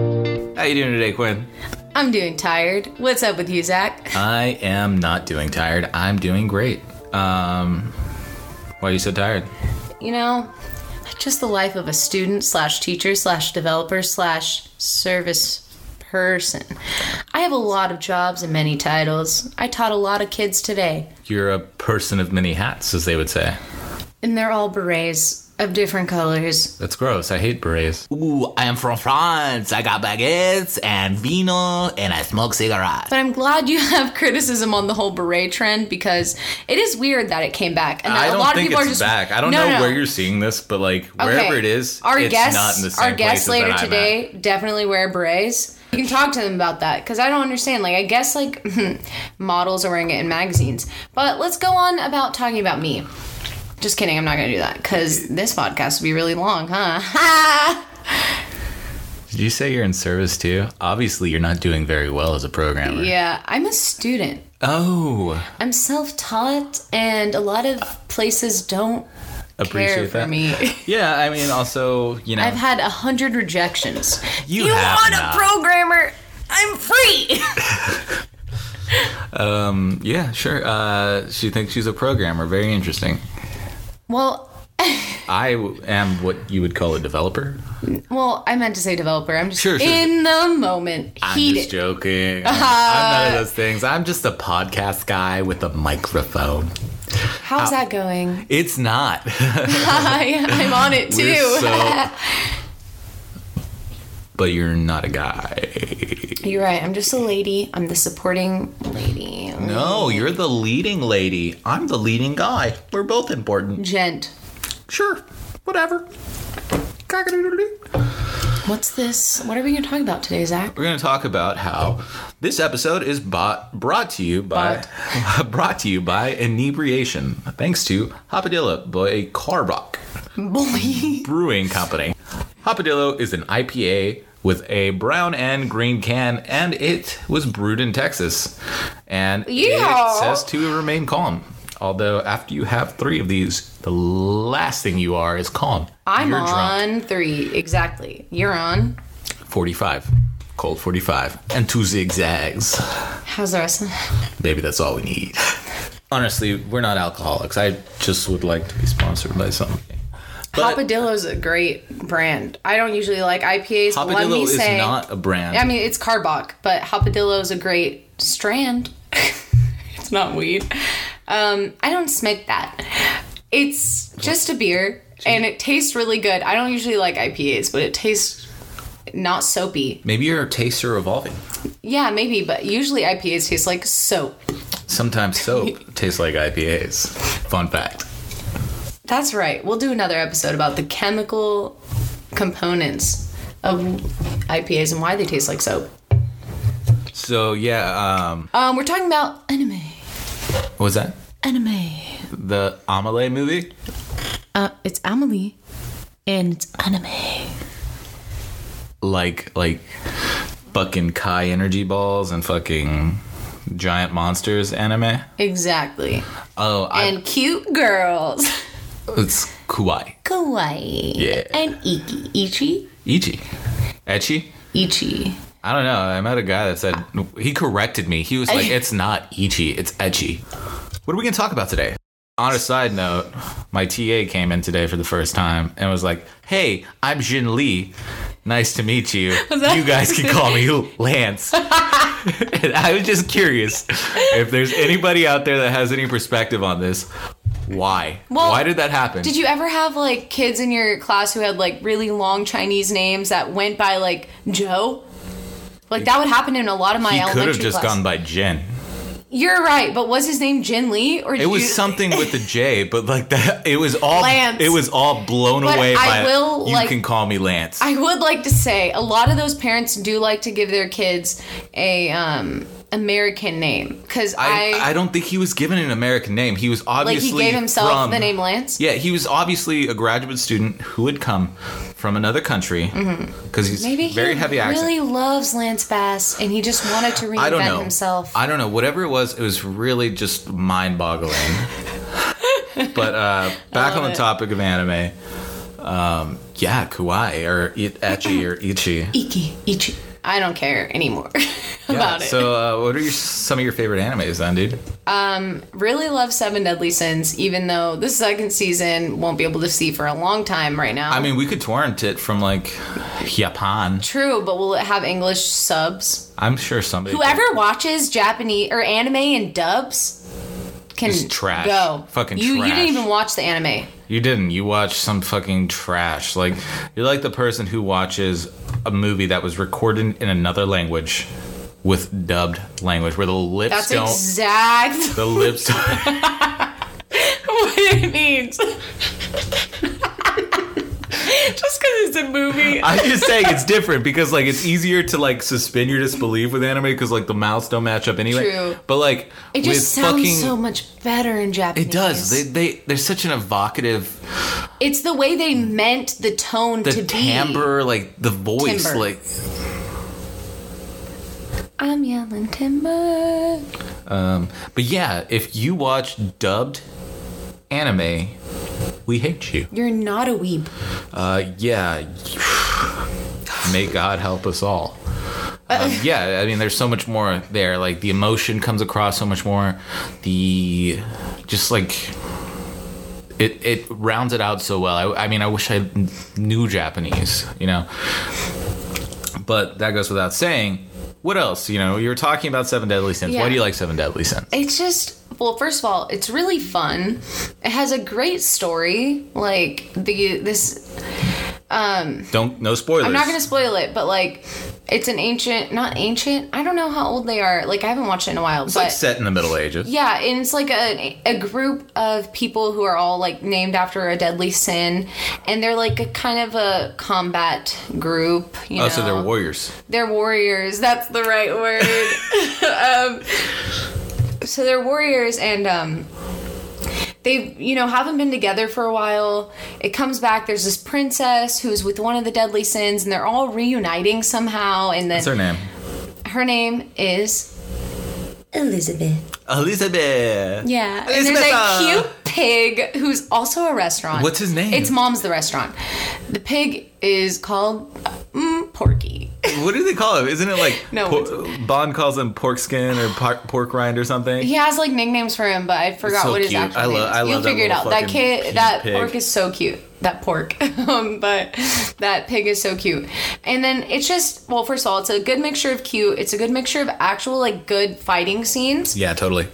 you doing today, Quinn? I'm doing tired. What's up with you, Zach? I am not doing tired. I'm doing great. Um, why are you so tired? You know, just the life of a student slash teacher slash developer slash service person. I have a lot of jobs and many titles. I taught a lot of kids today, You're a person of many hats, as they would say. and they're all berets of different colors. That's gross. I hate berets. Ooh, I am from France. I got baguettes and vino and I smoke cigarettes. But I'm glad you have criticism on the whole beret trend because it is weird that it came back. And I that a don't lot think of people it's are just back. I don't No, know no, no. where you're seeing this, but like wherever Okay. it is, our it's guests, not in the same our guests places later that I'm at. today definitely wear berets. You can talk to them about that because I don't understand. Like, I guess like models are wearing it in magazines, but let's go on about talking about me. Just kidding, I'm not gonna do that because this podcast would be really long, huh? Did you say you're in service too? Obviously, you're not doing very well as a programmer. yeah, I'm a student. Oh, I'm self-taught, and a lot of places don't appreciate care that. for me. Yeah, I mean, also, you know, I've had a hundred rejections. You you have want not. a programmer? I'm free. yeah, sure. Uh, she thinks she's a programmer. Very interesting. well. I w- am what you would call a developer. Well, I meant to say developer. I'm just Sure, sure, in the moment. I'm Heat just it. joking. I'm, I'm none of those things. I'm just a podcast guy with a microphone. How's that going? It's not. Hi, I'm on it too. We're so- but you're not a guy. You're right. I'm just a lady. I'm the supporting lady. No, you're the leading lady. I'm the leading guy. We're both important. Gent. Sure. Whatever. Cock-a-doodle-doo. What's this? What are we gonna talk about today, Zach? We're going to talk about how this episode is bought, brought to you by brought to you by inebriation, thanks to Hopadillo by Carbach Boy. Brewing Company. Hopadillo is an IPA with a brown and green can, and it was brewed in Texas. And Yeehaw. it says to remain calm. Although after you have three of these, the last thing you are is calm. I'm You're drunk. on three. Exactly. You're on. 45. Cold 45. And two zigzags. How's the rest? Of- Maybe that's all we need. Honestly, we're not alcoholics. I just would like to be sponsored by something. But Papadillo's a great brand. I don't usually like IPAs. but let Hopadillo me is say, not a brand. I mean, it's Carbach, but Hopadillo's a great strand. it's not weed. Um, I don't smoke that. It's just a beer, and it tastes really good. I don't usually like IPAs, but it tastes not soapy. Maybe your tastes are evolving. Yeah, maybe, but usually IPAs taste like soap. Sometimes soap tastes like IPAs. Fun fact. That's right. We'll do another episode about the chemical components of IPAs and why they taste like soap. So yeah, um, Um, we're talking about anime. what was that? Anime. The Amelie movie? Uh, it's Amelie, and it's anime. Like like fucking Kai energy balls and fucking giant monsters anime. Exactly. Oh, I, and cute girls. it's kawaii. Kawaii. Yeah. And Iki. Ichi? Ichi. Echi? Ichi. I don't know. I met a guy that said he corrected me. He was like, "It's not Ichi, it's Echi." What are we gonna talk about today? On a side note, my TA came in today for the first time and was like, "Hey, I'm Jin Lee. Nice to meet you. that- You guys can call me Lance." and I was just curious if there's anybody out there that has any perspective on this. Why? Well, Why did that happen? Did you ever have like kids in your class who had like really long Chinese names that went by like Joe? Like that would happen in a lot of my he could elementary have just class. gone by Jin. You're right, but was his name Jin Lee or It was something with the J, but like that, it was all Lance. it was all blown But away I by. will, you like- can call me Lance. I would like to say a lot of those parents do like to give their kids a um, American name because I, I, I don't think he was given an American name. He was like obviously he gave himself from- the name Lance. Yeah, he was obviously a graduate student who had come from another country because he's Mm-hmm. Maybe very he heavy accent. really loves Lance Bass and he just wanted to reinvent I don't know himself. I don't know. Whatever it was, it was really just mind-boggling. but uh, back on the it. topic of anime, um, yeah, kawaii or i- ecchi or ichi. Iki, Ichi. I don't care anymore about it. So, uh, what are your, some of your favorite animes then, dude? really love Seven Deadly Sins, even though the second season won't be able to see for a long time right now. I mean, we could torrent it from like Japan. True, but will it have English subs? I'm sure somebody. Whoever watches Japanese or anime and dubs can It's trash. go. Fucking you, You trash. didn't even watch the anime. You didn't. You watched some fucking trash. Like you're like the person who watches a movie that was recorded in another language with dubbed language, where the lips That's don't. exactly the lips. don't- what it means. Just because it's a movie. I'm just saying it's different because like it's easier to like suspend your disbelief with anime because like the mouths don't match up anyway. True. But like it with just sounds fucking. so much better in Japanese. it does. They, they they're such an evocative it's the way they meant the tone the to be. timbre, like the voice, Timbre. like I'm yelling timber. Um, but yeah, if you watch dubbed anime, we hate you. You're not a weeb. Uh, yeah. May God help us all. Um, Uh. yeah, I mean, there's so much more there. Like the emotion comes across so much more. The just like it it rounds it out so well. I, I mean, I wish I knew Japanese, you know. But that goes without saying. What else? You know, you were talking about Seven Deadly Sins. Why Yeah. do you like Seven Deadly Sins? It's just well, first of all, it's really fun. It has a great story. Like the this Don't no spoilers. I'm not gonna spoil it, but like it's an ancient not ancient, I don't know how old they are. Like I haven't watched it in a while, It's but like set in the Middle Ages. Yeah, and it's like a a group of people who are all like named after a deadly sin, and they're like a kind of a combat group. You Oh, know? so they're warriors. They're warriors. That's the right word. um, so they're warriors, and um, they you know haven't been together for a while. It comes back. There's this princess who's with one of the deadly sins, and they're all reuniting somehow. And then What's her name? her name is Elizabeth. Elizabeth. Yeah, and Elizabeth. uh, there's a cute pig who's also a restaurant. What's his name? It's Mom's the restaurant. The pig is called mm, Porky. What do they call him? Isn't it like No, Bond calls him pork skin or par- pork rind or something? He has like nicknames for him, but I forgot so what his cute. actual I name lo- is. I You'll love that figure it little out. That fucking kid, pink that pig. pork is so cute. That pork, um, but that pig is so cute. And then it's just well, first of all, it's a good mixture of cute. It's a good mixture of actual like good fighting scenes Yeah, totally. Totally.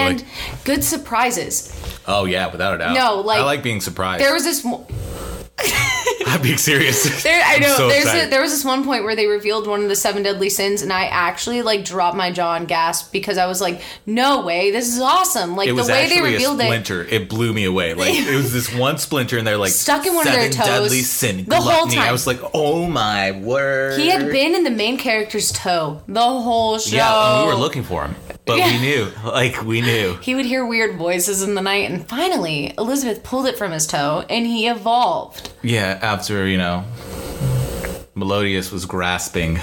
and good surprises. oh yeah, without a doubt. No, like- I like being surprised. There was this. mo- I'm being serious. There, I know. so there's excited. a, there was this one point where they revealed one of the seven deadly sins, and I actually like dropped my jaw and gasped because I was like, "No way! This is awesome!" Like it the was way they actually a revealed it, splinter. It. blew me away. Like it was this one splinter, and they're like Stuck in one of their "Seven Deadly toes sin, the whole gluttony." I time. was like, oh my word. he had been in the main character's toe the whole show. Yeah, and we were looking for him, but we Yeah. knew. Like we knew. He would hear weird voices in the night, and finally, Elizabeth pulled it from his toe, and he evolved. Yeah, after, you know, Melodius was grasping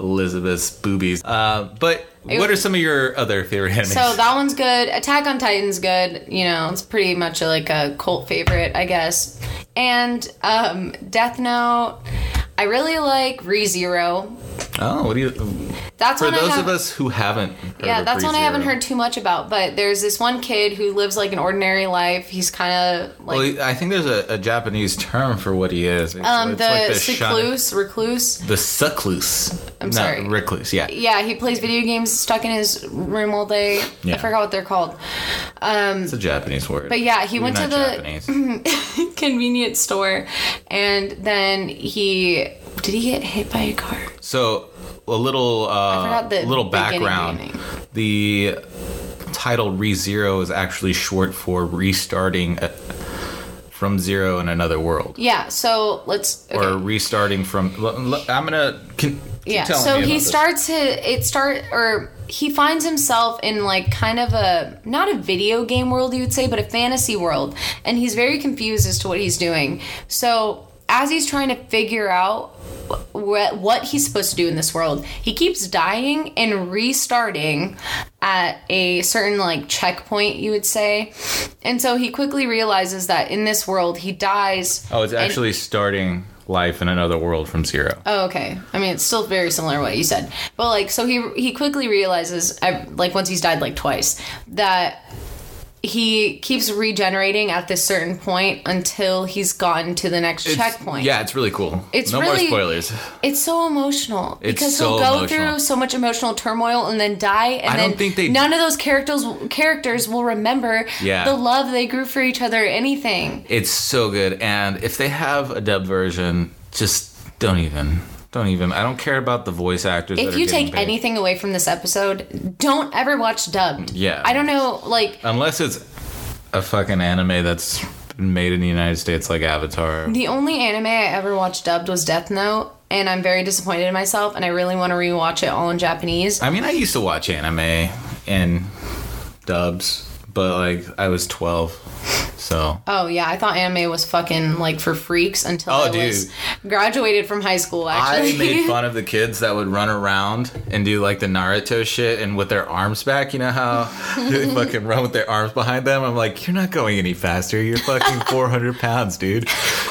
Elizabeth's boobies. Uh, but what are some of your other favorite animes? So that one's good. Attack on Titan's good. You know, it's pretty much like a cult favorite, I guess. And um, Death Note. I really like ReZero. oh, what do you. That's For one I those have, of us who haven't heard Yeah, of that's one I haven't ReZero. heard too much about. But there's this one kid who lives like an ordinary life. He's kind of like Well, I think there's a, a Japanese term for what he is. It's, um, it's the like shun- secluse, recluse. the succluse. I'm sorry. Recluse, yeah. Yeah, he plays video games stuck in his room all day. Yeah. I forgot what they're called. It's a Japanese word. But yeah, he You're went to not the Japanese. convenience store, and then he did he get hit by a car? So a little uh, forgot the little beginning, background. beginning. The title ReZero is actually short for restarting uh, from zero in another world. Yeah, so let's. Okay. Or restarting from. l- l- I'm gonna. Can, keep yeah, telling so me about he this. starts his, it start or he finds himself in like kind of a not a video game world you would say, but a fantasy world, and he's very confused as to what he's doing. So as he's trying to figure out wh- what what he's supposed to do in this world, he keeps dying and restarting at a certain like checkpoint you would say, and so he quickly realizes that in this world he dies. Oh, it's and- actually starting life in another world from zero. Oh, okay. I mean, it's still very similar to what you said. But like, so he he quickly realizes, I- like, once he's died like twice, that he keeps regenerating at this certain point until he's gotten to the next It's- checkpoint. Yeah, it's really cool. It's no really- more spoilers. It's so emotional It's because so he'll go emotional. through so much emotional turmoil and then die, and I then don't think they- none of those characters characters will remember Yeah. the love they grew for each other, or anything. It's so good. And if they have a dub version, just don't even. Don't even. I don't care about the voice actors. that If are you getting take paid. anything away from this episode, don't ever watch dubbed. Yeah. I don't know, like Unless it's a fucking anime that's been made in the United States like Avatar. the only anime I ever watched dubbed was Death Note, and I'm very disappointed in myself, and I really want to rewatch it all in Japanese. I mean, I used to watch anime in dubs, but like I was 12. So, Oh yeah, I thought anime was fucking like for freaks until Oh, I was dude. graduated from high school. Actually, I made fun of the kids that would run around and do like the Naruto shit and with their arms back. You know how they fucking run with their arms behind them? I'm like, you're not going any faster. You're fucking 400 pounds, dude.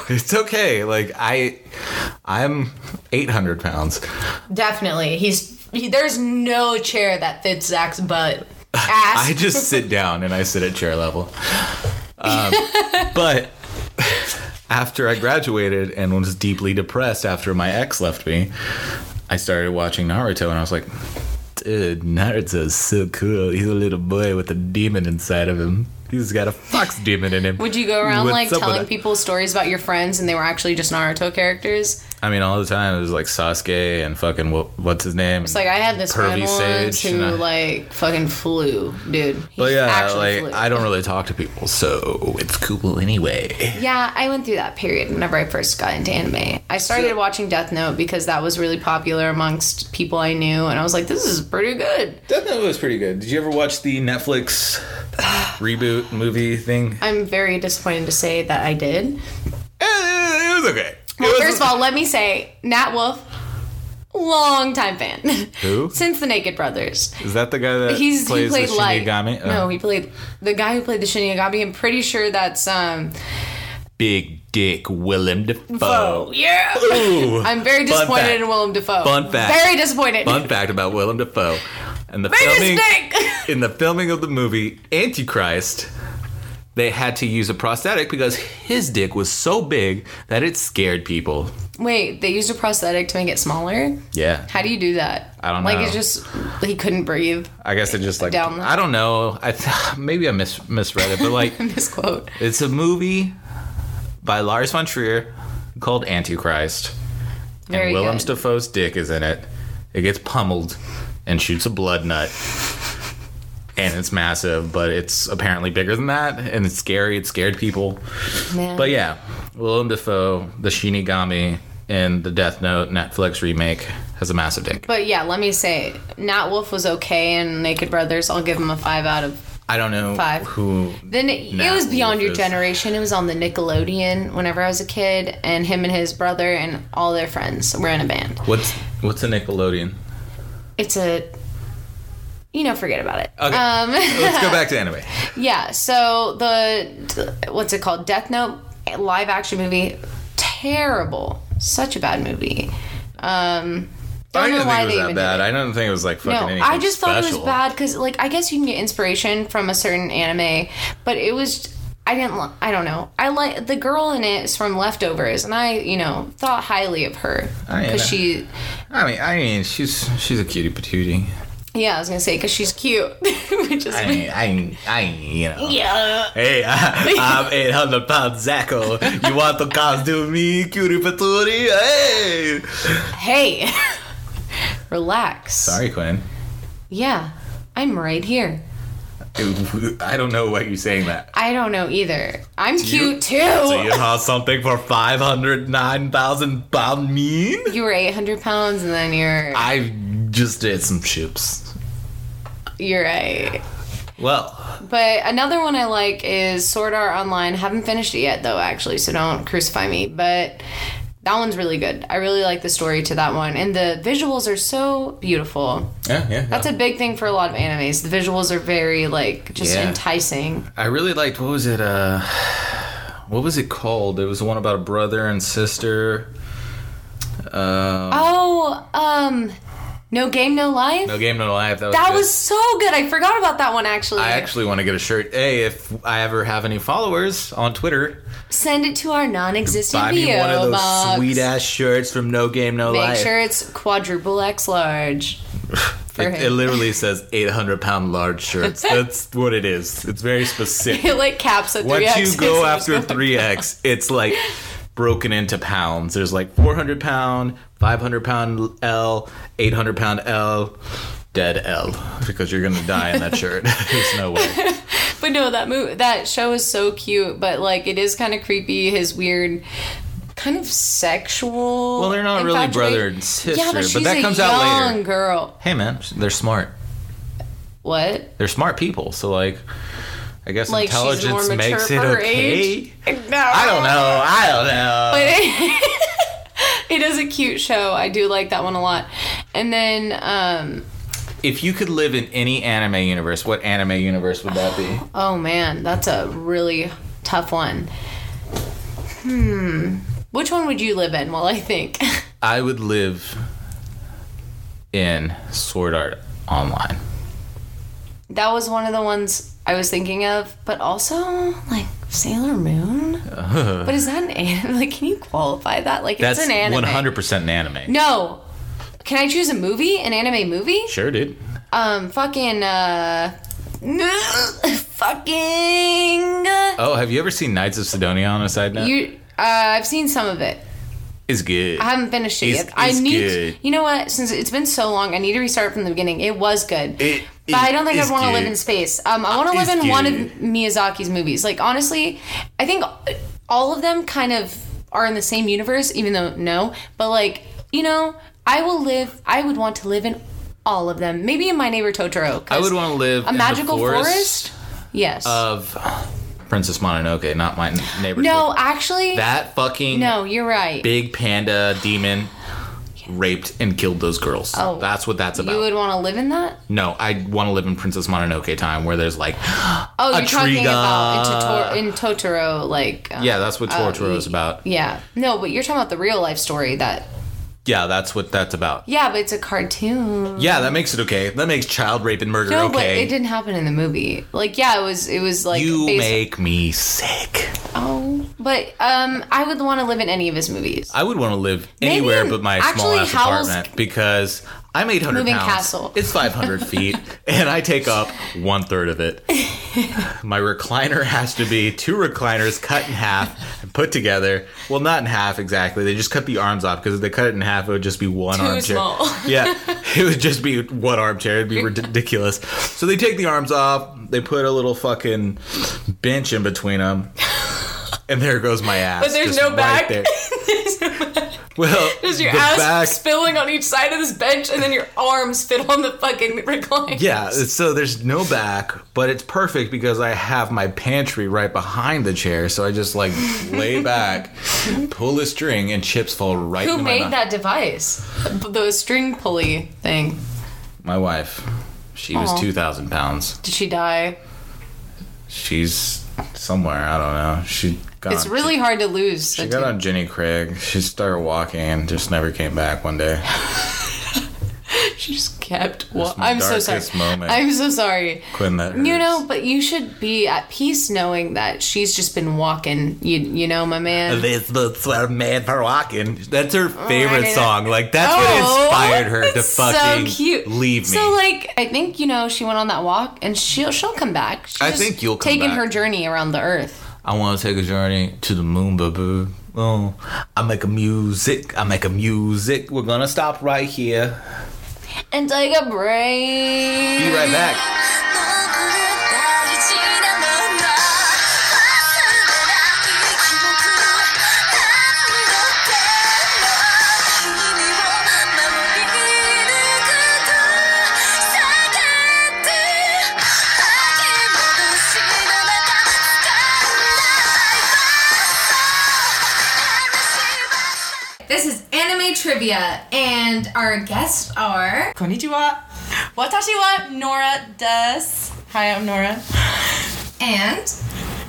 It's okay. Like, I. I'm 800 pounds. Definitely. He's he, there's no chair that fits Zach's butt. Ass. I just sit down and I sit at chair level. Um, but after I graduated and was deeply depressed after my ex left me, I started watching Naruto and I was like, dude, Naruto's so cool. He's a little boy with a demon inside of him. He's got a fox demon in him. Would you go around What's like up with telling that? people stories about your friends and they were actually just Naruto characters? I mean, all the time it was like Sasuke and fucking what, what's his name? It's like I had this Pervy friend once sage, who and I- like fucking flew, dude. He but yeah, actually like flew. I don't really talk to people, so it's cool anyway. yeah, I went through that period whenever I first got into anime. I started watching Death Note because that was really popular amongst people I knew, and I was like, "This is pretty good." Death Note was pretty good. Did you ever watch the Netflix reboot movie thing? I'm very disappointed to say that I did. Eh, It was okay. It was- First of all, let me say, Nat Wolf, long time fan. Who? Since the Naked Brothers. is that the guy that He's plays he played the like Shinigami? Oh. No, he played the guy who played the Shinigami, I'm pretty sure that's um Big Dick Willem Dafoe. yeah. Ooh. I'm very disappointed fact. in Willem Dafoe. Fun fact. Very disappointed. Fun fact about Willem Dafoe. And the Big filming mistake. in the filming of the movie Antichrist, they had to use a prosthetic because his dick was so big that it scared people. Wait, they used a prosthetic to make it smaller? Yeah. How do you do that? I don't like, know. Like it's just he couldn't breathe. I guess it just like Down the- I don't know. I th- maybe I mis- misread it, but like Misquote. It's a movie by Lars von Trier called Antichrist. Very and Willem good. Dafoe's dick is in it. It gets pummeled and shoots a blood nut. And it's massive, but it's apparently bigger than that. And it's scary. It scared people. Man. But yeah, Willem Dafoe, the Shinigami, and the Death Note Netflix remake has a massive dick. But yeah, let me say, Nat Wolf was okay in Naked Brothers. I'll give him a five out of I don't know Five. who. Then it, it Nat was beyond Wolff your is- generation. It was on the Nickelodeon whenever I was a kid, and him and his brother and all their friends were in a band. What's what's a Nickelodeon? It's a, you know, forget about it. Okay. Um, Let's go back to anime. yeah. So the what's it called? Death Note live action movie. Terrible. Such a bad movie. Um, don't I know didn't why think it was they that even bad. did it. I don't think it was like fucking No, anything I just thought it was special. bad because, like, I guess you can get inspiration from a certain anime, but it was. I didn't. li- I don't know. I like the girl in it is from Leftovers, and I, you know, thought highly of her I ain't because a- she. I mean, I mean, she's she's a cutie patootie. Yeah, I was gonna say because she's cute, which is. I mean, I mean, I mean, you know. yeah. Hey, I, I'm 800 pound Zacko. You want to cause to me, cutie patootie? Hey! Hey, relax. Sorry, Quinn. Yeah, I'm right here. I don't know why you're saying that. Oh. I don't know either. I'm you- cute too. Do you have something for 509,000 pound mean? you were 800 pounds, and then you're. I just did some chips. You're right. Well, But another one I like is Sword Art Online. Haven't finished it yet though, actually, so don't crucify me. But that one's really good. I really like the story to that one, and the visuals are so beautiful. yeah, yeah. That's a big thing for a lot of animes. The visuals are very like just Yeah. enticing. I really liked what was it? Uh, what was it called? It was the one about a brother and sister. Uh, Oh, um, no game, no life. no game, no life. That was that good. was so good. I forgot about that one actually. I actually want to get a shirt. Hey, if I ever have any followers on Twitter, Send it to our non-existent buy me PO one of those box. sweet ass shirts from No Game No Make Life. sure it's quadruple X large. For it, it him. literally says 800 pound large shirts. That's what it is. It's very specific. It like caps at three Once X. you go after 3x, it's like broken into pounds. There's like 400 pound, 500 pound L, 800 pound L, dead L because you're gonna die in that shirt. There's no way. But no, that move, that show is so cute, but like it is kind of creepy. His weird, kind of sexual. Well, they're not really infatuation. brother and sister, Yeah, but, but she's that a comes young out later. girl. Hey man, they're smart. What? They're smart people. So like, I guess Like intelligence she's more mature makes for it her okay. age. I No, don't know. I don't know. It is a cute show. I do like that one a lot. And then, um, if you could live in any anime universe, what anime universe would that be? oh man, that's a really tough one. Hmm. Which one would you live in? Well, I think. I would live in Sword Art Online. That was one of the ones I was thinking of, but also like Sailor Moon. But is that an anime? Like, can you qualify that? Like, That's it's an anime. one hundred percent an anime. No. Can I choose a movie? An anime movie? Sure, dude. Um, fucking, uh, fucking. Oh, have you ever seen Knights of Sidonia? On a side note, You, uh, I've seen some of it. it's good. I haven't finished it It's- yet. I it's need. good. You know what? Since it's been so long, I need to restart from the beginning. It was good. It- but I don't think it I'd is want to live good. in space. Um, I want to live is in one of good. Miyazaki's movies. Like honestly, I think all of them kind of are in the same universe, even though no. But like you know, I will live. I would want to live in all of them. Maybe in My Neighbor Totoro. 'cause I would want uh, to live a in magical the forest. Yes. of Princess Mononoke, not my neighbor. no, actually, that fucking no. You're right. big panda demon raped and killed those girls. Oh. that's what that's about. You would want to live in that. no, I want to live in Princess Mononoke time where there's like, Oh, A you're talking Triga. about in, Totor- in Totoro, like um, yeah, that's what Tortoro is about. yeah. No, but you're talking about the real life story that Yeah, that's what that's about. yeah, but it's a cartoon. Yeah, that makes it okay. That makes child rape and murder No, but okay. it didn't happen in the movie. Like yeah, it was it was like you based- make me sick. oh, but um, I would want to live in any of his movies. I would want to live anywhere in- but my small actually, ass Howl's- apartment because I'm 800 Moving pounds. castle. It's 500 feet, and I take up one third of it. my recliner has to be two recliners cut in half and put together. Well, not in half exactly. They just cut the arms off because if they cut it in half, it would just be one armchair. small. yeah, it would just be one armchair. It'd be ridiculous. So they take the arms off. They put a little fucking bench in between them. And there goes my ass. But there's just no right back. there. Well, There's your the ass back- spilling on each side of this bench, and then your arms fit on the fucking recliner. yeah, so there's no back, but it's perfect because I have my pantry right behind the chair, so I just like lay back, pull a string, and chips fall right. Who into my made mouth. that device? The string pulley thing. My wife. She was Aw. two thousand pounds. Did she die? She's somewhere. I don't know. Uh, She got. It's on, really hard to lose. She the got two- on Jenny Craig. She started walking and just never came back. One day. She just kept. Wa- my I'm so sorry. darkest moment. I'm so sorry. Quinn, that You hurts. know, but you should be at peace knowing that she's just been walking. You, you know, my man. This looks like man for walking. That's her Oh, I favorite didn't- song. Like that's Oh, what inspired her to that's so fucking cute. leave me. So like, I think you know she went on that walk, and she'll she'll come back. She's I just think you'll come taking back. her journey around the earth. I want to take a journey to the moon, boo. Oh, I make a music. I make a music. We're gonna stop right here. And take a break. Be right back. This is anime trivia, and our guests are Konnichiwa. Watashi wa Nora des. Hi, I'm Nora. and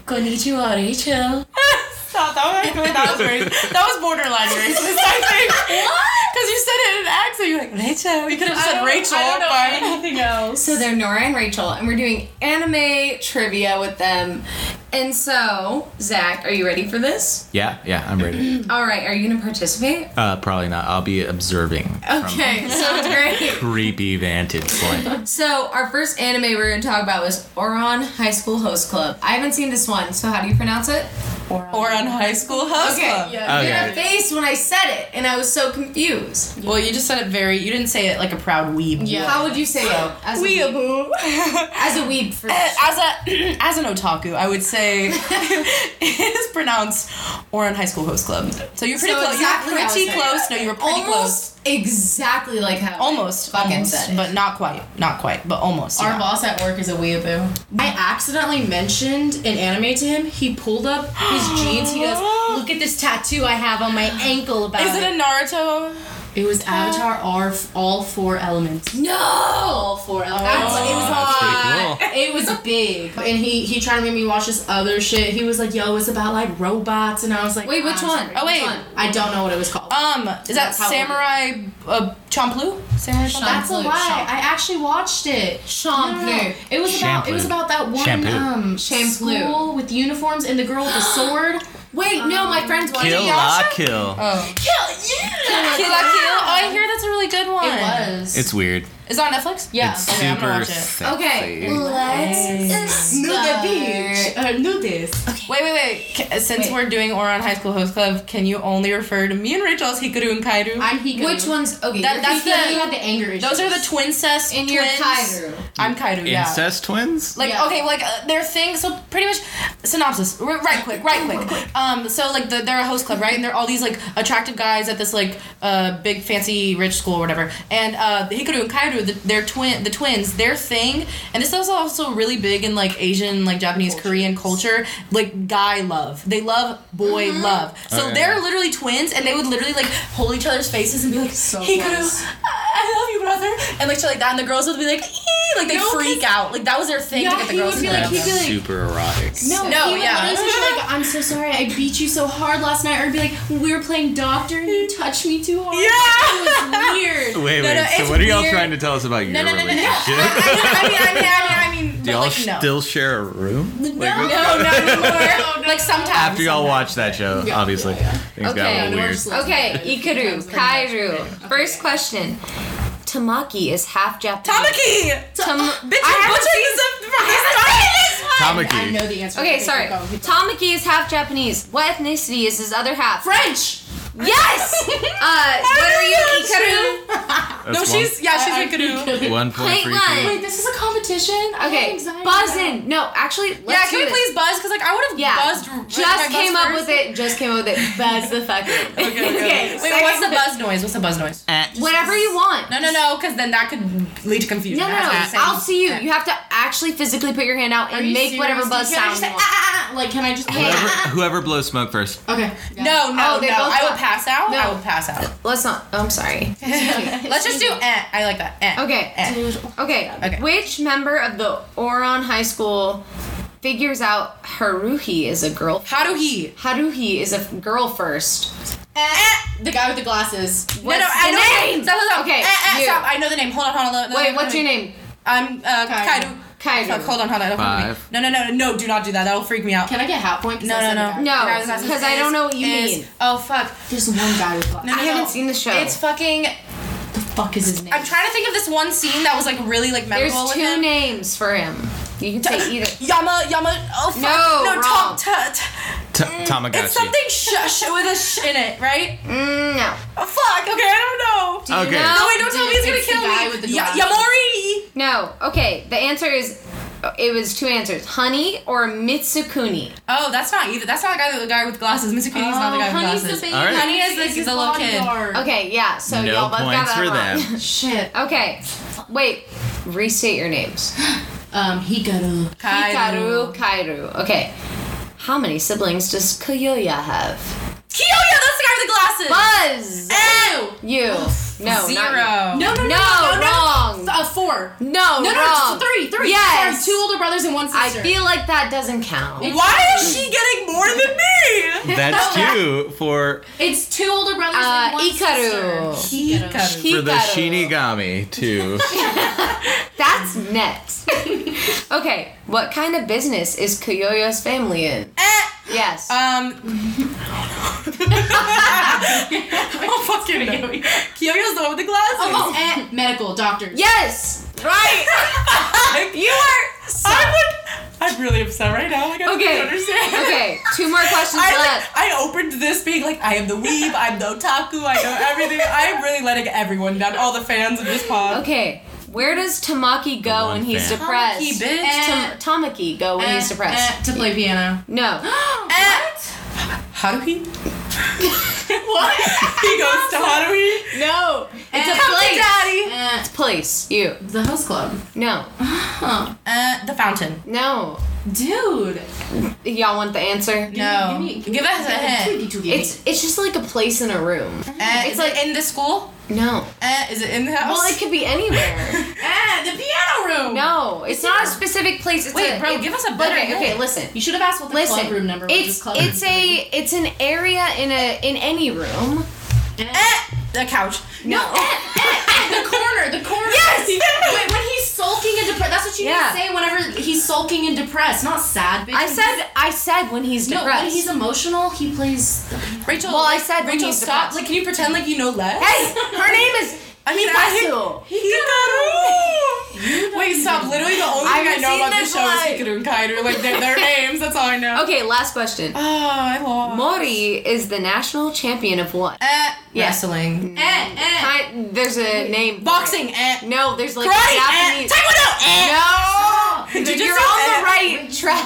Konnichiwa Rachel. so stop. That was actually that was racist. That was borderline racist, I think. what? Because you said it in an accent. You're like Rachel. You could have said Rachel. but- anything else. So they're Nora and Rachel, and we're doing anime trivia with them. And so, Zach, are you ready for this? Yeah, yeah, I'm ready. All right, are you gonna participate? Uh, probably not. I'll be observing. Okay, so great. Creepy vantage point. So our first anime we're gonna talk about was Oron High School Host Club. I haven't seen this one, so how do you pronounce it? or on high school house club. Um, yeah. You Okay. did a face when I said it, and I was so confused. Well, you just said it very. You didn't say it like a proud weeb. How would you say it? As a weeb. Weeaboo. As a weeb for as a as an otaku, I would say it is pronounced Oran High School Host Club. So you're pretty So close. exactly you're how I pretty said it. close. No, you were pretty close. Almost exactly like how I Oh Almost, fucking almost, said it. but not quite, not quite, but almost. Our yeah. boss at work is a weeaboo. I accidentally mentioned an anime to him. He pulled up his jeans. He goes, "Look at this tattoo I have on my ankle." About Is it a Naruto? it was Avatar R, all four elements. No! All four That's, elements. it was That's on. pretty cool. It was big, and he he tried to make me watch this other shit. He was like, "Yo, it's about like robots," and I was like, Wait, which "I'm one? sorry, Oh, which wait. one?" I don't know what it was called." Um, is that Probably. Samurai uh, Champloo? Samurai Champloo. That's a shampoo, lie. shampoo. I actually watched it. Shampoo. No, no, no. It was about it was Shampoo. about that one Shampoo. um Shampoo. school with uniforms and the girl with the sword. Wait, no, my friends watched Kill it. la kill. Oh. Kill la Kill. Oh, I hear that's a really good one. It was. It's weird. Is that on Netflix? yeah. it's okay, I'm gonna super watch it. sexy. Okay, let's Nude start. beach. Uh, nude this. Wait, wait, wait. Ca- uh, Since we're doing Oran High School Host Club, can you only refer to me and Rachel as Hikaru and Kairu? I'm Hikaru. Which one's okay? That- you're that's Yeah, the- you had the anger issues. Those are the twin cess in twins. your Kairu. I'm Kairu, yeah. Incest twins? Like Yeah. okay, like uh, their thing. So pretty much synopsis, r- right quick, right quick. Um, so like the, they're a host club, right? And they're all these like attractive guys at this like uh big fancy rich school or whatever. And uh, Hikaru and Kairu, the, they're twin, the twins. Their thing, and this is also really big in like Asian, like Japanese, Korean culture, like guy love. They love boy love. So yeah. they're literally twins, and they would literally like hold each other's faces and be like, Hikaru, close. I I love you, brother, and like shit like that. And the girls would be like, "Ee," like they No, freak out. Like that was their thing Yeah, to get the he girls. would to be around like, them. he'd be like, super erotic. No, No, he would yeah. literally say, like, I'm so sorry, I beat you so hard last night, or be like, we were playing doctor and you touched me too hard. Yeah. It was weird. Wait, No, wait. no, so, it's what are y'all weird. trying to tell us about your no, no, no. relationship? I mean, I mean, I mean, I mean, Do but y'all like no. still share a room? No, no, not anymore. Like sometimes. After y'all watch that show, obviously, things got a Okay. little weird. Okay, Ikaru, Kairu. First question. Tamaki is half Japanese. Tamaki. Tam- Bitch, I you haven't butchered seen- this up from the start. I Tamaki. know the answer. Okay, sorry. Go, good. Tamaki is half Japanese. What ethnicity is his other half? French! Yes! uh, what are you, Ikaru? No, That's she's yeah, she's like one, one point Point three one. three. Wait, this is a competition? I have Okay, anxiety buzz now. in. No, actually, let's Yeah, do can we this. please buzz? Because like I would have Yeah. buzzed. Just came up with it. Just came up with it. Buzz the fuck in. Okay, okay. Wait, what's the buzz noise? What's the buzz noise? Whatever you want. No, no, no, because then that could lead to confusion. No, no, no. That's what I'm saying. I'll see you. You have to actually physically put your hand out Are and you make serious? whatever buzz Can I sound just you say, want. ah, ah, ah? Like, can I just. Whoever, whoever blows smoke first. Okay. No, no, Oh, they no. both I got- would pass out. No. I would pass out. Let's not. Oh, I'm sorry. Let's just do eh. I like that. Eh. Okay. Eh. Okay. Okay. Which member of the Oron High School figures out Haruhi is a girl? How do he? Haruhi is a f- girl first. Eh. The guy with the glasses. What's no, no, I the know name? Stop, stop, stop. Okay, Eh, eh, you. stop. I know the name. Hold on, hold on. Let- let- Wait, let what's me- your name? I'm uh, Kaido. Kaido. Kaido. Fuck, hold on, hold on. Don't fuck with me. Five. No, no, no, no. Do not do that. That'll freak me out. Can I get hat point? 'Cause No, I no, said the no. guy. No, The guy with glasses 'cause I is- don't know what you is- mean. Oh fuck. There's one guy with glasses. No, no, I no. haven't seen the show. It's fucking. The fuck is his name? I'm trying to think of this one scene that was like really like There's memorable two with him. names for him. You can say either. Yama, Yama. Oh fuck. No, no wrong. Tom, t- t- T- Tamagotchi. It's something shush with a sh in it, right? Mm, no. Oh, fuck. Okay, I don't know. okay. know? No, wait, don't tell me he's gonna It's the kill guy me. with the Ya- glasses. Yamori. No. Okay. The answer is. It was two answers: honey or Mitsukuni. Oh, that's not either. That's not the guy. The guy with glasses. Mitsukuni's not the guy with Oh, Honey's glasses. the baby. All right. Honey is the- He's he's his a little kid. bodyguard. Okay, yeah. So no y'all both got points that for wrong. them. Shit. Okay, wait. Restate your names. Um, Hikaru. Kaido. Hikaru, Kairu. Okay. How many siblings does Koyoya have? Kiyoya. That's the guy with the glasses. Buzz. Ew. You. No. Zero. Not No, no, no, you. No. no, wrong. no. Uh, four. No. No, no, wrong. it's three, three. Yes. Sorry, two older brothers and one I sister. feel like that doesn't count. Why is she getting more than me? That's two for It's two older brothers Uh, and one Ikaru. sister. for the Hikaru. Shinigami two. That's next. okay, what kind of business is Koyoyo's family in? Uh, yes. Eh, Um. oh fucking no. Kyoyo's the one with the glasses. Oh, and medical doctors. yes! Right! you are. So- I'm really upset right now. Like I don't Okay. understand. okay, two more questions I, left. like, I opened this being like, I am the weeb, I'm the otaku, I know everything. I'm really letting everyone down, all the fans of this pod. Okay, where does Tamaki go when one he's fan. depressed? Eh, Tamaki, bitch. Tam- Tamaki go when he's depressed. to play piano. no. Eh, Haruhi? what? He goes to Haruhi. No. It's a place. Daddy. Uh, Eh, Place. You. the host club. No. Uh, the fountain. No. Dude. Y'all want the answer? No. Give me- Oh. Give us a hint. It's it's just like a place in a room. Uh, it's like in the school. No. Uh, is it in the house? Well, it could be anywhere. Ah, the piano room. No, it's not a specific place. It's Wait, a, bro, it- give us a better. Okay, okay, hint. listen. You should have asked what the Listen. club room number was. it's club it's a it's an area in a in any room. Eh, the couch. No. the corner, the corner. Yes. Wait, when he's sulking and depressed, that's what you Yeah. need to say. Whenever he's sulking and depressed, not sad. Bitch. I said I said when he's no. depressed. When he's emotional, he plays. Rachel. Well, I like, said when Rachel, he's stop. depressed. Like, can you pretend like you know less? hey, her name is I mean, Hikaru. Hikaru. Wait, stop. Literally, the only I thing I haven't know seen about the this show life. is Hikaru and Kairu. Like, their, their names. That's all I know. Okay, last question. Oh, I lost. Mori is the national champion of what? Eh, Yeah. Wrestling. Eh, eh. Ki- there's a name. Boxing. Eh. No, there's like Karate. Eh. Japanese. Taekwondo. Eh. No, Did you you're just say on eh? the right track.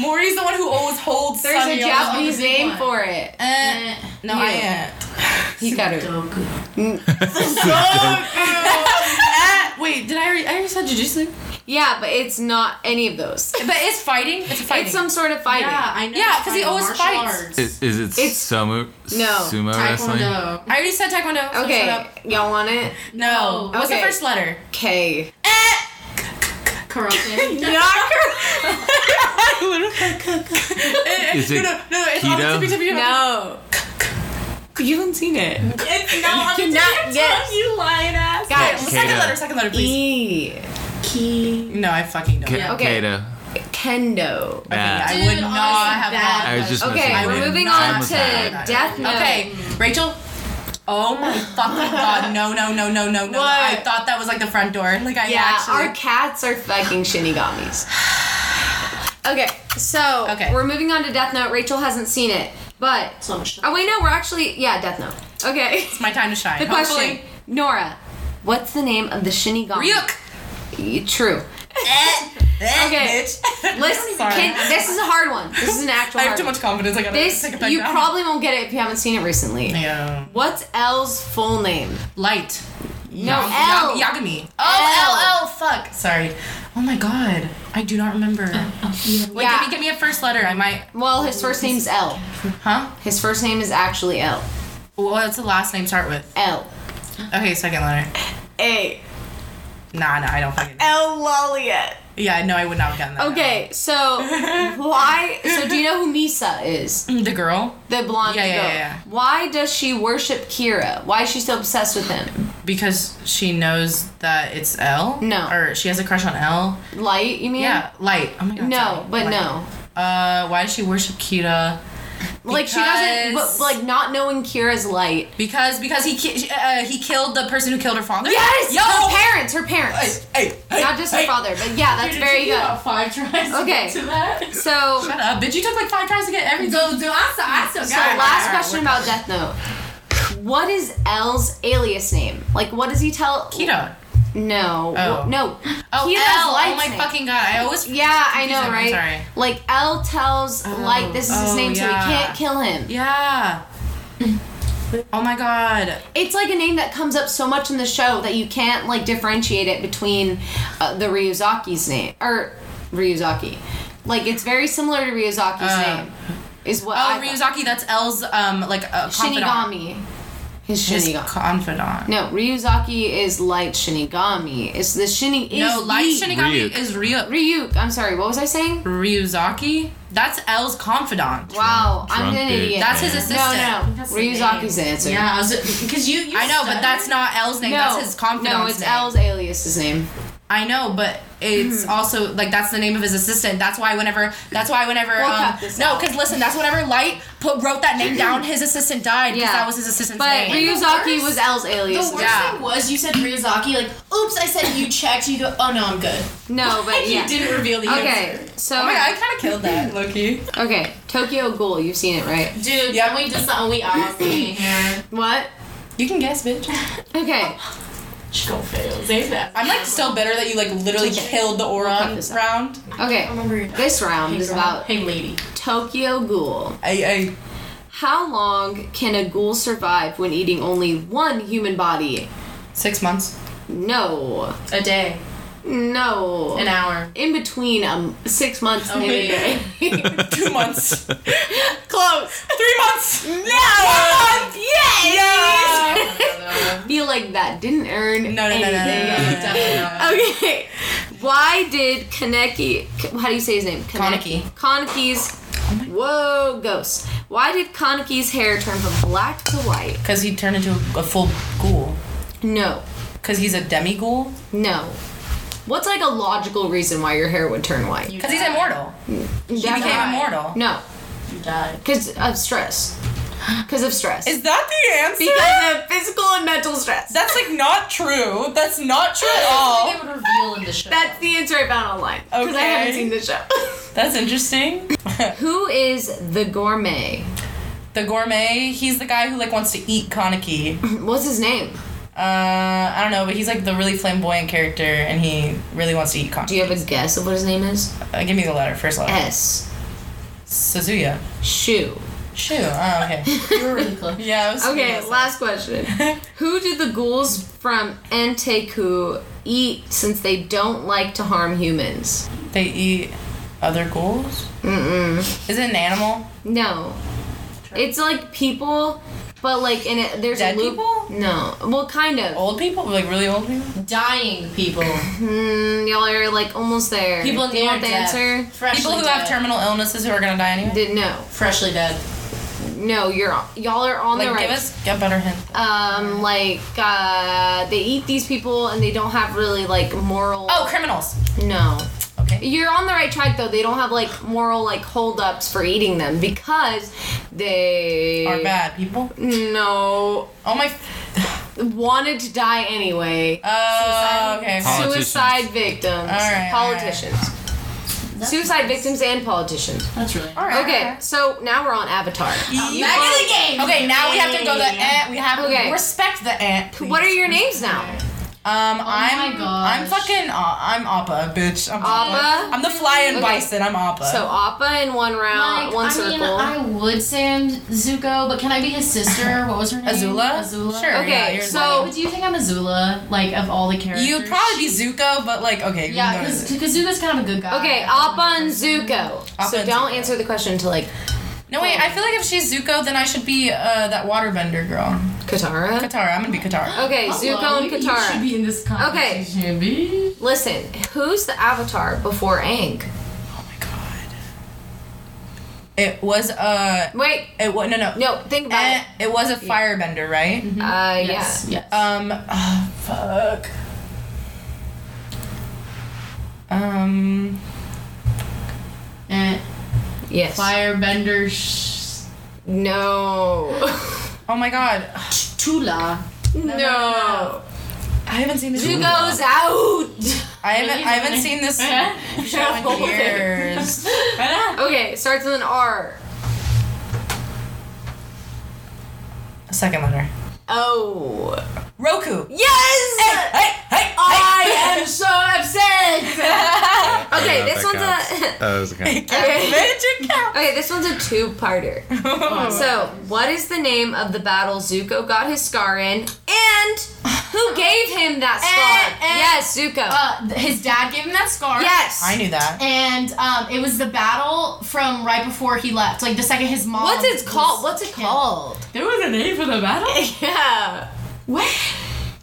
Mori's the one who always holds. There's a Sunny on his arm. Japanese the big name one. for it. Eh. No, I You. am. Hikaru. Eh. Wait, did I already, I already said jujitsu? Yeah, but it's not any of those. But it's fighting. It's fighting. It's some sort of fighting. Yeah, I know. Yeah, 'cause he Fighting always martial fights. arts. is, is it It's- sumo? no. Sumo wrestling. Taekwondo. I already said taekwondo. So Shut Okay, up. y'all want it? No. No. What's the Okay. first letter? Eh, K. Karate. Is it eh, no, no, no, it's on the keto? tippy tippy. of- No. You haven't seen it. It's not on the Not tippy yet. of You lying ass. Guys. Second Keto. letter, second letter, please. E. Key. No, I fucking don't. K- Yeah. Okay. Kata. Kendo. Nah. I Dude, would not honestly, have that- I was just Okay, messing we're with you. moving I on was to not. Death Note. Okay, Rachel. Oh my fucking god! No, no, no, no, no, no! no. I What? thought that was like the front door. Like I Yeah, actually. our cats are fucking shinigamis. Okay, so Okay. we're moving on to Death Note. Rachel hasn't seen it, but So much. oh wait, no, we're actually yeah, Death Note. Okay, it's my time to shine. the question, Hopefully. Nora, what's the name of the shinigami? Ryuk. Y- True. Okay. Okay. Bitch. Eh, Listen, Sorry. kid, this is a hard one. This is an actual. I have hard too one. much confidence. I gotta This take it back you down. probably won't get it if you haven't seen it recently. Yeah. What's L's full name? Light. No, L. Yagami. L. Oh, L, L, fuck. Sorry. Oh my god. I do not remember. Wait, Uh, Yeah. give, me, give me a first letter. I might. Well, his first name's L. Huh? His first name is actually L. Well, What's the last name start with? L. Okay, second letter. A. Nah, nah, I don't fucking. L. Lolliet. Yeah, no, I would not have gotten that. Okay, so why? So do you know who Misa is? Um, The girl, The blonde Yeah, yeah, girl. yeah, yeah. Why does she worship Kira? Why is she so obsessed with him? because she knows that it's L. No. Or she has a crush on L. Light, you mean? Yeah, Light. Oh my god. No, sorry. but Light. no. Uh, why does she worship Kita? Like she doesn't. But Because- like not knowing Kira's light. Because because he ki- uh, he killed the person who killed her father. Yes. Yo. Her parents. Her parents. Hey, hey, Not just her hey. father, but yeah, that's very good. About five tries. Okay. To that. So, so Shut up, bitch! You took like five tries to get everything. So do I still, I still got it. last question about Death Note. What is L's alias name? Like, what does he tell? Kita. No. Oh. No. Oh, Kira's L. light's Oh my name. fucking god! I always. Yeah, I know, confusing, I'm right? sorry. Like L tells Light this is his oh, name, so we yeah. can't kill him. Yeah. Oh my god. It's like a name that comes up so much in the show that you can't like differentiate it between uh, the Ryuzaki's name or Ryuzaki. Like it's very similar to Ryuzaki's Uh, name. Is what Oh, I thought. Ryuzaki, that's L's um like uh, confidant. Shinigami. His His Shinigami. confidant. no, Ryuzaki is Light Shinigami. It's the Shini is No, Light the- Shinigami Ryuk. is Ryu. Ryuk. I'm sorry. What was I saying? Ryuzaki? That's L's confidant. Wow, I'm Drunk an bitch, idiot. That's his man. no, assistant. no, That's the Ryuzaki's name. answer. Yeah, I was because you, you. I know, but stuttered. that's not L's name. No, that's his confidant. No, it's name. L's alias's name. I know, but it's Mm-hmm. also like that's the name of his assistant. That's why whenever that's why whenever We'll um, cut this no, out. because listen, that's whenever Light put wrote that name down. His assistant died because Yeah. that was his assistant's But name. Ryuzaki worst- was L's The alias. worst Yeah. thing was you said Miyazaki, like, oops, I said you checked. You go, oh no, I'm good. No, but You yeah. didn't reveal the Okay, answer. so Oh my god, I kind of killed that, Loki. okay, Tokyo Ghoul. You've seen it, right? Dude, yeah, we just uh, we obviously here. What? You can guess, bitch. Okay, She gonna fail. Say that. I'm like so bitter that you like literally killed the cut Oron this out. round. okay. remember your This round Hey, is girl. about Hey, lady. Tokyo Ghoul. I, How long can a ghoul survive when eating only one human body? I six months. No, A day. no. An hour. in between um six months and a Okay. day. Two months. Close. Three months. Mm-hmm. No. One month. Yes. Feel like that didn't earn No, no, no, no, no, no, no, no. anything. definitely not. Okay, why did Kaneki? How do you say his name? Kaneki. Kaneki's. Oh Whoa, ghost. Why did Kaneki's hair turn from black to white? Because he turned into a full ghoul. No, Because he's a demi ghoul. no. What's like a logical reason why your hair would turn white? Because he's immortal. He He became immortal. No, You died. because of stress. Because of stress. Is that the answer? because of physical and mental stress. That's like not true. That's not true at I all. think they would reveal in the show. That's the answer I found online because I Okay. haven't seen the show. That's interesting. Who is the gourmet? the gourmet, he's the guy who like wants to eat Kaneki. What's his name? Uh, I don't know, but he's like the really flamboyant character, and he really wants to eat Kaneki. Do you have a guess of what his name is? uh, give me the letter first letter. S. Suzuya. Shoe. Shoo. Oh, okay. you were really close. Yeah. I was Okay, last question. Who did the ghouls from Enteku eat since they don't like to harm humans? They eat other ghouls. Mm. Is it an animal? No. It's like people, but like in it, there's Dead a loop. people? Oh. No. Well, kind of. Old people, like really old people. Dying people. Mm, y'all are like almost there. People Do you near want the death. answer? Freshly people who dead. have terminal illnesses who are gonna die anyway. Did no. Freshly dead. No, you're y'all are on Like, the right. give us a better hint. um like uh they eat these people and they don't have really like moral Oh, criminals. no Okay. you're on the right track though they don't have like moral like holdups for eating them because they Are bad people. no Oh my. wanted to die anyway Oh, okay. Huh? Politicians. suicide victims right, all right. politicians suicide victims and politicians That's really. All right. okay so now we're on avatar Back in the game. Okay, now we have to go the ant. We have to Okay. respect the ant. please. what are your names now Um, Oh my I'm gosh. I'm fucking uh, I'm Appa, bitch. I'm Appa? I'm the flying Okay. bison. I'm Appa. so appa in one round Like, one I circle mean, I would say I'm Zuko, but can I be his sister? What was her name? Azula. Azula. Sure. Okay, yeah, you're so- right. Wait, but do you think I'm Azula? Like of all the characters, you'd probably be Zuko, but like okay. Yeah, you know because this. Zuko's kind of a good guy. Okay, Appa and Zuko. Appa so and don't Zuko. answer the question until like No wait. I feel like if she's Zuko, then I should be uh, that waterbender girl. Katara. Katara. I'm gonna be Katara. Okay, Zuko and maybe you should Katara. be in this competition. Okay. B. Listen, who's the avatar before Aang? Oh my god. It was uh. Wait, It was no no. no, think about Eh, it was a firebender, right? it. Uh, Yes. Yes. Um, oh, fuck. Um, yeah, Eh, yes. Firebender. Sh- No, oh my god. Tula. no. I haven't seen this. Zuko's out. I haven't. I haven't seen this show in years. Okay, starts with an R. Second letter. Oh. Roku. Yes. Hey, hey, I am so upset. Okay, this one's a. That Oh, was okay. Okay. Magic cow. Okay, this one's a two-parter. so, what is the name of the battle Zuko got his scar in, and who gave him that scar? Eh, eh. yes, Zuko. Uh, th- his dad gave him that scar. yes. I knew that. And um, it was the battle from right before he left, like the second his mom. What's it was called? What's it killed. called? There was a name for the battle. Yeah. What?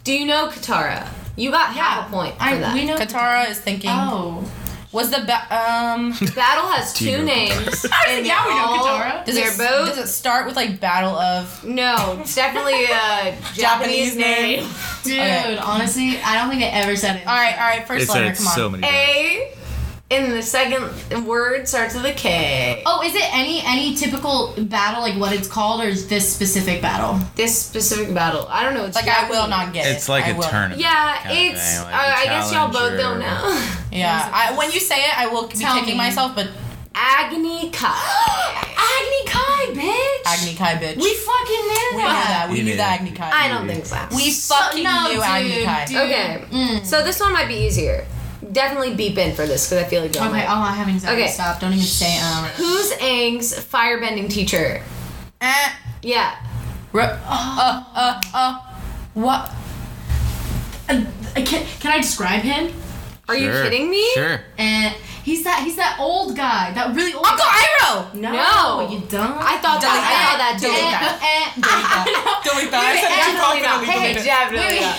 Do you know Katara? You got half a point for I, that. we know. Katara is thinking. Oh, Was the ba- um? Battle has two names. and yeah, we know all- Katara. Does They're it, both Does it start with like battle of? no. It's definitely a Japanese name. Dude, Okay. honestly, I don't think I ever said it. All right, all right. First It letter. said Come on. so many. times. A, and the second word starts with a K. Oh, is it any any typical battle like what it's called, or is this specific battle? This specific battle, I don't know. It's like I Japanese. will not get it. It's like I a will not. tournament. Yeah, kind of it's. thing, like uh, I guess y'all both challenger. don't know. Yeah. I, when you say it, I will be Tell kicking me. myself. But Agni Kai. Agni Kai, bitch. Agni Kai, bitch. We fucking knew We knew that. that. We You knew knew. that Agni Kai. I don't think so. We fucking no, knew dude, Agni Kai. dude. Okay, so this one might be easier. Definitely beep in for this because I feel like y'all Okay. might. Oh, I have anxiety. Okay. Stop. Don't even say um. Who's Aang's firebending teacher? Eh. Yeah. Ru- uh, uh, uh. What? Uh, can, can I describe him? Are you Sure, kidding me? Sure. And he's that he's that old guy, that really old. Uncle guy. Iroh. no, No. you don't. Eh, I thought Delete that. I thought that that. Delete too. that. Delete that. I said Definitely that not. confidently. Hey, Delete it. definitely Wait,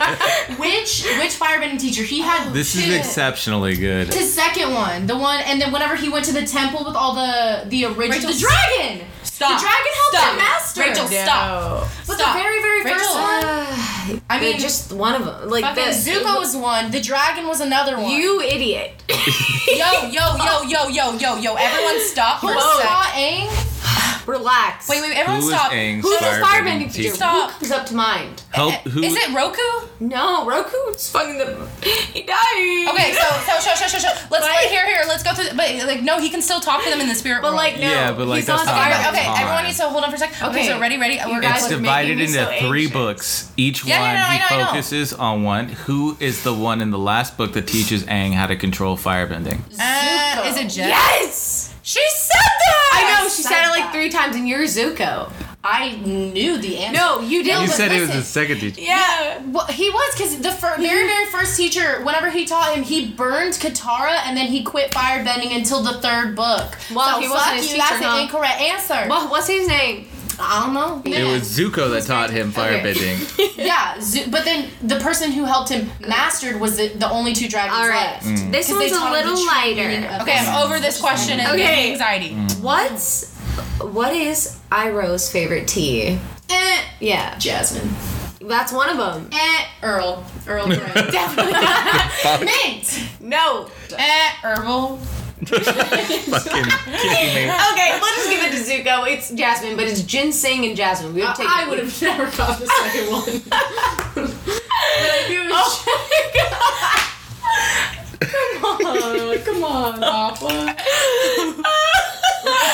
not. which which firebending teacher? He had This is two. exceptionally good. His second one, the one, and then whenever he went to the temple with all the the original, the Rachel's- dragon. Stop. The dragon helped Stop. him master. Rachel, stop. But Stop. the very very Rachel, first one, They're I mean, just one of them. Like fucking this. Zuko was one. The dragon was another one. You idiot. yo, yo, yo, yo, yo, yo, yo. Everyone stop. for a Whoa. sec. saw Aang. Relax. Wait, wait, everyone Who is stop. Aang's Who's this firebending firebending teacher? teacher? Stop. Who comes up to mind? Help. Who? Is it Roku? No, Roku's fucking the. He died. Okay, so so show show show show. Let's wait, here here. Let's go through. But like no, he can still talk to them in the spirit But world. like, no. Yeah, but, like, he's that's on not fire. about okay, Time. everyone needs to hold on for a second. Okay, Okay. so ready, ready. We're guys- It's was divided making me into so three anxious. books. Each Yeah, yeah, one no, I know, I he know. focuses on one. Who is the one in the last book that teaches Aang how to control firebending? Uh, is it Jet? Yes! She said that. I know, she said said it like that. three times, and you're Zuko. I knew the answer. No, you didn't. You but said it was listen. the second teacher. Yeah. Well, he was because the fir- very very first teacher, whenever he taught him, he burned Katara and then he quit firebending until the third book. Well, so he wasn't fuck his you. teacher, that's huh? an incorrect answer. Well, Oh, what's his name? I don't know. It was Zuko that taught him Okay. firebending. Yeah, Zu- but then the person who helped him mastered was the, the only two dragons All right. left. Mm. This 'Cause they one's a taught him the little true meaning lighter. of Okay, it. I'm over this question and Okay. the anxiety. Mm. What's what is Iroh's favorite tea? Eh, Yeah, Jasmine. that's one of them. Eh, Earl. Earl Grey. Definitely. Mint. no. Eh, herbal. Fucking kidding me. Okay, let's just give it to Zuko. It's Jasmine, but it's ginseng and Jasmine. We would take. I would have never got the second one. but I knew it Oh. was Come on, Papa.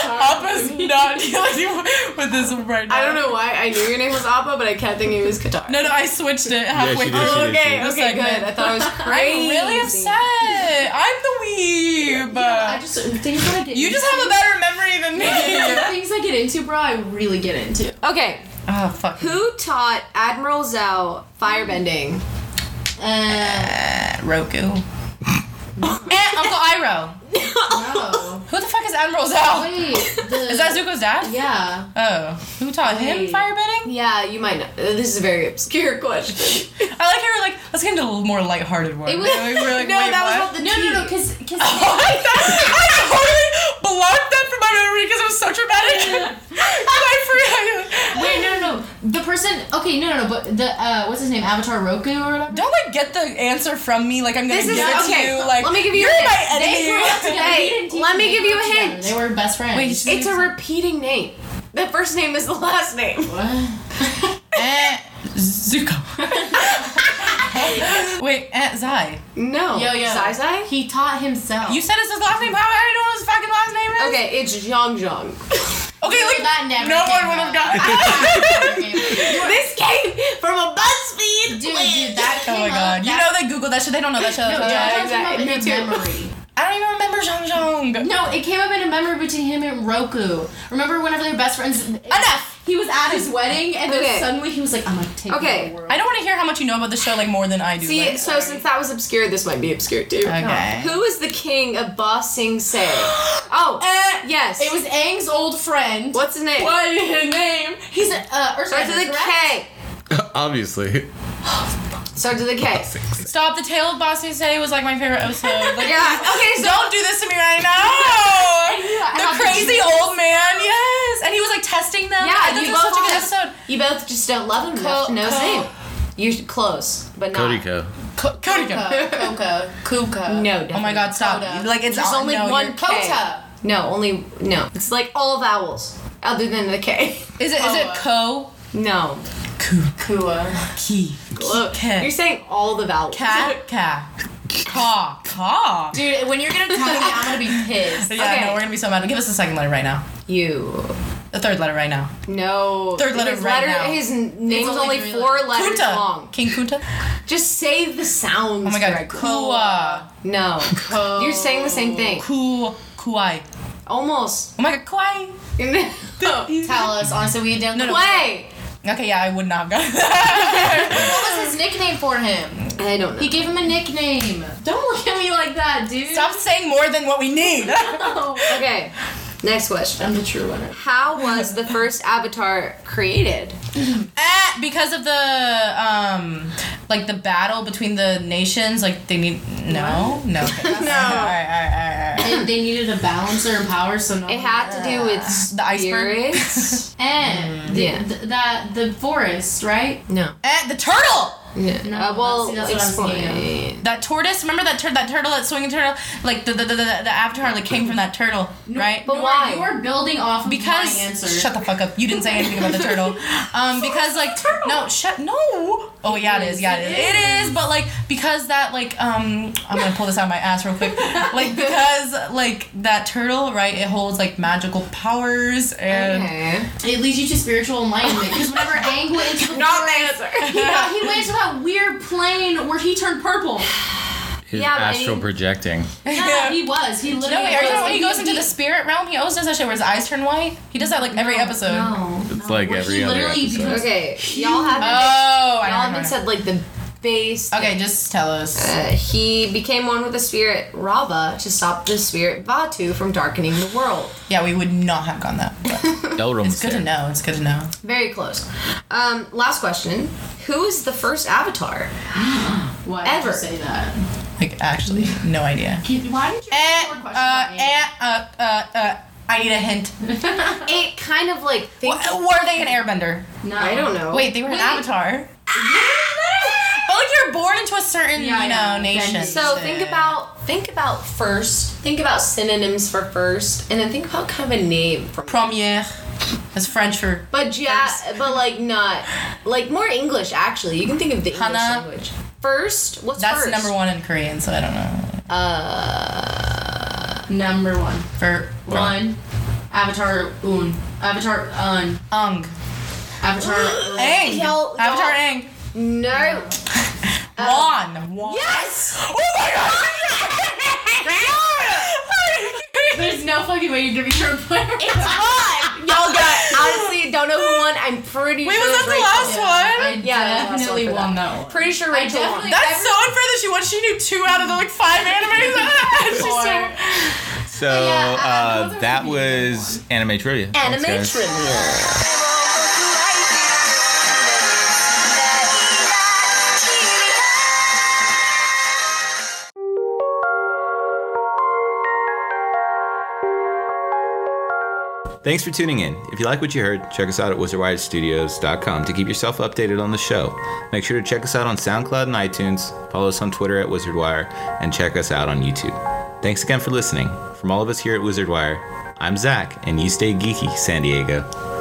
Papa's not dealing with this right now. I don't know why I knew your name was Appa, but I kept thinking it was Katara. No, no, I switched it halfway she did, through. she did. okay, This okay, segment. good. I thought I was I'm crazy. really upset. I'm the weeb. I just things that I get. you into, just have a better memory than me. things I get into, bro. I really get into. Okay, oh fuck. who taught Admiral Zhao firebending? Uh, Roku. and Uncle Iroh. no. Who the fuck is Admiral Zhao? Wait, the, Is that Zuko's dad? Yeah. Oh, who taught him Wait. firebending? Yeah, you might know. Uh, This is a very obscure question. I like how we're like, let's get into a more lighthearted one. It was- Like, we're like, no, wait, that was what? not the No, tea. no, no, because because I totally blocked that from my memory because it was so traumatic. 'Cause I forgot. wait, no, no, no. The person. Okay, no, no, no. But the uh, what's his name? Avatar Roku or whatever. Don't like get the answer from me. Like I'm gonna This is- give it okay, to you. Like let me give you You're a my hint. enemy. They grew up together. Hey, He didn't teach let them. me They give grew you up a together. hint. They were best friends. Wait, It's a repeating name. The first name is the last name. what? Eh, Zuko. Wait, Aunt Zai. No. Yo, yo. Zai Zai? He taught himself. You said it's his last name. How I don't know what his fucking last name is. Okay, it's Zhang Zhang. Okay, like That never no came one would have up. gotten. this came from a BuzzFeed. dude, dude, Oh that came my up. god! You know That, they Google that shit. They don't know that shit. no, Yeah, Zhang Zhang exactly. Uh, came up in a Me memory. I don't even remember Zhang Zhang. No, it came up in a memory between him and Roku. Remember whenever they were best friends? Enough. He was at his wedding, and then Okay. suddenly he was like, "I'm like, take Okay. the world." I don't want to hear how much you know about the show like more than I do. See, like- so since that was obscure, this might be obscure too. Okay. Who was the king of Ba Sing Se? Oh, Eh. yes. It was Aang's old friend. What's his name? What is his name? He's a uh, Earthrider, Starts with a correct? K. Obviously. So to the case. Stop the Tale of Bossy City was like my favorite episode. Like, Yeah. Okay. So don't do this to me right now. I the have to crazy do old man, yes. And he was like testing them. I yeah, thought you this both was such a good just, episode. You both just don't love him enough to know his Co- name. You're close, but not. Cody Co. Cody Coca, Coca, Kuka. No. Oh my definitely. God, stop! Coda. Like it's There's oh, only no, one you're- K. Kota. No, only no. It's like all vowels other than the K. Is it is it co? No. Kua. Key. Look, K. you're saying all the vowels. Cat. Cat. Caw. Caw. Dude, when you're gonna tell me, I'm gonna be pissed. Yeah, Okay. no, we're gonna be so mad. Give us the second letter right now. You. The third letter right now. No. Third letter His letter. right now. His name's only only, three four letters Kunta. long. King Kunta. Just say the sounds. Oh my god. correctly. Kua. No. You're saying the same thing. Ku. Kuai. Almost. Oh my god. Kuai. Quay. Tell us, honestly, we don't know. What Okay, yeah, I would not have gotten that. was his nickname for him? I don't know. He gave him a nickname. Don't look at me like that, dude. Stop saying more than what we need. Okay. Next question. I'm the true winner. How was the first Avatar created? Eh, because of the um, like the battle between the nations, like they need no, no, no. All right, all right, all right, all right. They, they needed a balancer and power, so no. It had to do with Uh, The iceberg. spirits. and the, Yeah. th- that the forest, right? no. Eh, the turtle. Yeah. No, Uh, well, that's- that's what I'm explain. That tortoise. Remember that tur- that turtle, that swinging turtle. Like the the, the, the, the avatar like came from that turtle, right? But Nora, why? You were building off of because my answer. shut the fuck up. You didn't say anything about the turtle. Um, because like no, shut no. Oh yeah, it is. Yeah, it is. It is. But like because that like um, I'm gonna pull this out of my ass real quick. Like because like that turtle, right? It holds like magical powers and. Okay. it leads you to spiritual enlightenment. Because whenever Aang went into the Not answer. yeah, Uh, he went to that weird plane where he turned purple. He's Yeah, but I astral mean- projecting. Yeah, he was. He No, literally. wait, are you was. talking about when he Like, goes into the spirit realm? He always does that shit where his eyes turn white. He does that like every episode. No. It's like Oh. Where every he other literally episode. becomes- Okay. Y'all haven't. Oh, I y'all don't haven't remember. said like the base. Okay, just tell us. Uh, he became one with the spirit Rava to stop the spirit Vatu from darkening the world. Yeah, we would not have gone that. but Elrond It's good to know. It's good to know. Very close. Um, last question. Who is the first avatar? Why did Ever. you say that? Like actually, no idea. Can- Why did you Eh, ask more uh, questions about Aang? eh, uh, uh, uh, I need a hint. It kind of like Wha- thinks, Were they an airbender? No. I don't know. Wait, they were an avatar. But like you're born into a certain, Yeah, you know, yeah. nation. So think about think about first. Think about synonyms for first, and then think about kind of a name for. première. That's French for But yeah, but like not like more English actually. You can think of the English Hana. language first. What's that's first? number one in Korean, so I don't know. Number one. For One. Avatar Un. Avatar Un. Ung. Avatar Un. Aang. Y'all- Avatar y'all- Aang. No. Wan. Wan. Yes. Oh my god! There's no fucking way you're giving your player. Y'all got honestly don't know who won. I'm pretty Wait, sure. was it that the last one? I Yeah, that's the definitely last won that one. Pretty sure I Rachel won. definitely- That's so unfair that she won. She knew two out of the like five animes. She's so- So Yeah, I- I know uh, there's that gonna be another was anime trivia. Thanks, Anime guys. trivia. Thanks for tuning in. If you like what you heard, check us out at wizardwiredstudios.com to keep yourself updated on the show. Make sure to check us out on SoundCloud and iTunes, follow us on Twitter at WizardWire, and check us out on YouTube. Thanks again for listening. From all of us here at WizardWire, I'm Zach, and you stay geeky, San Diego.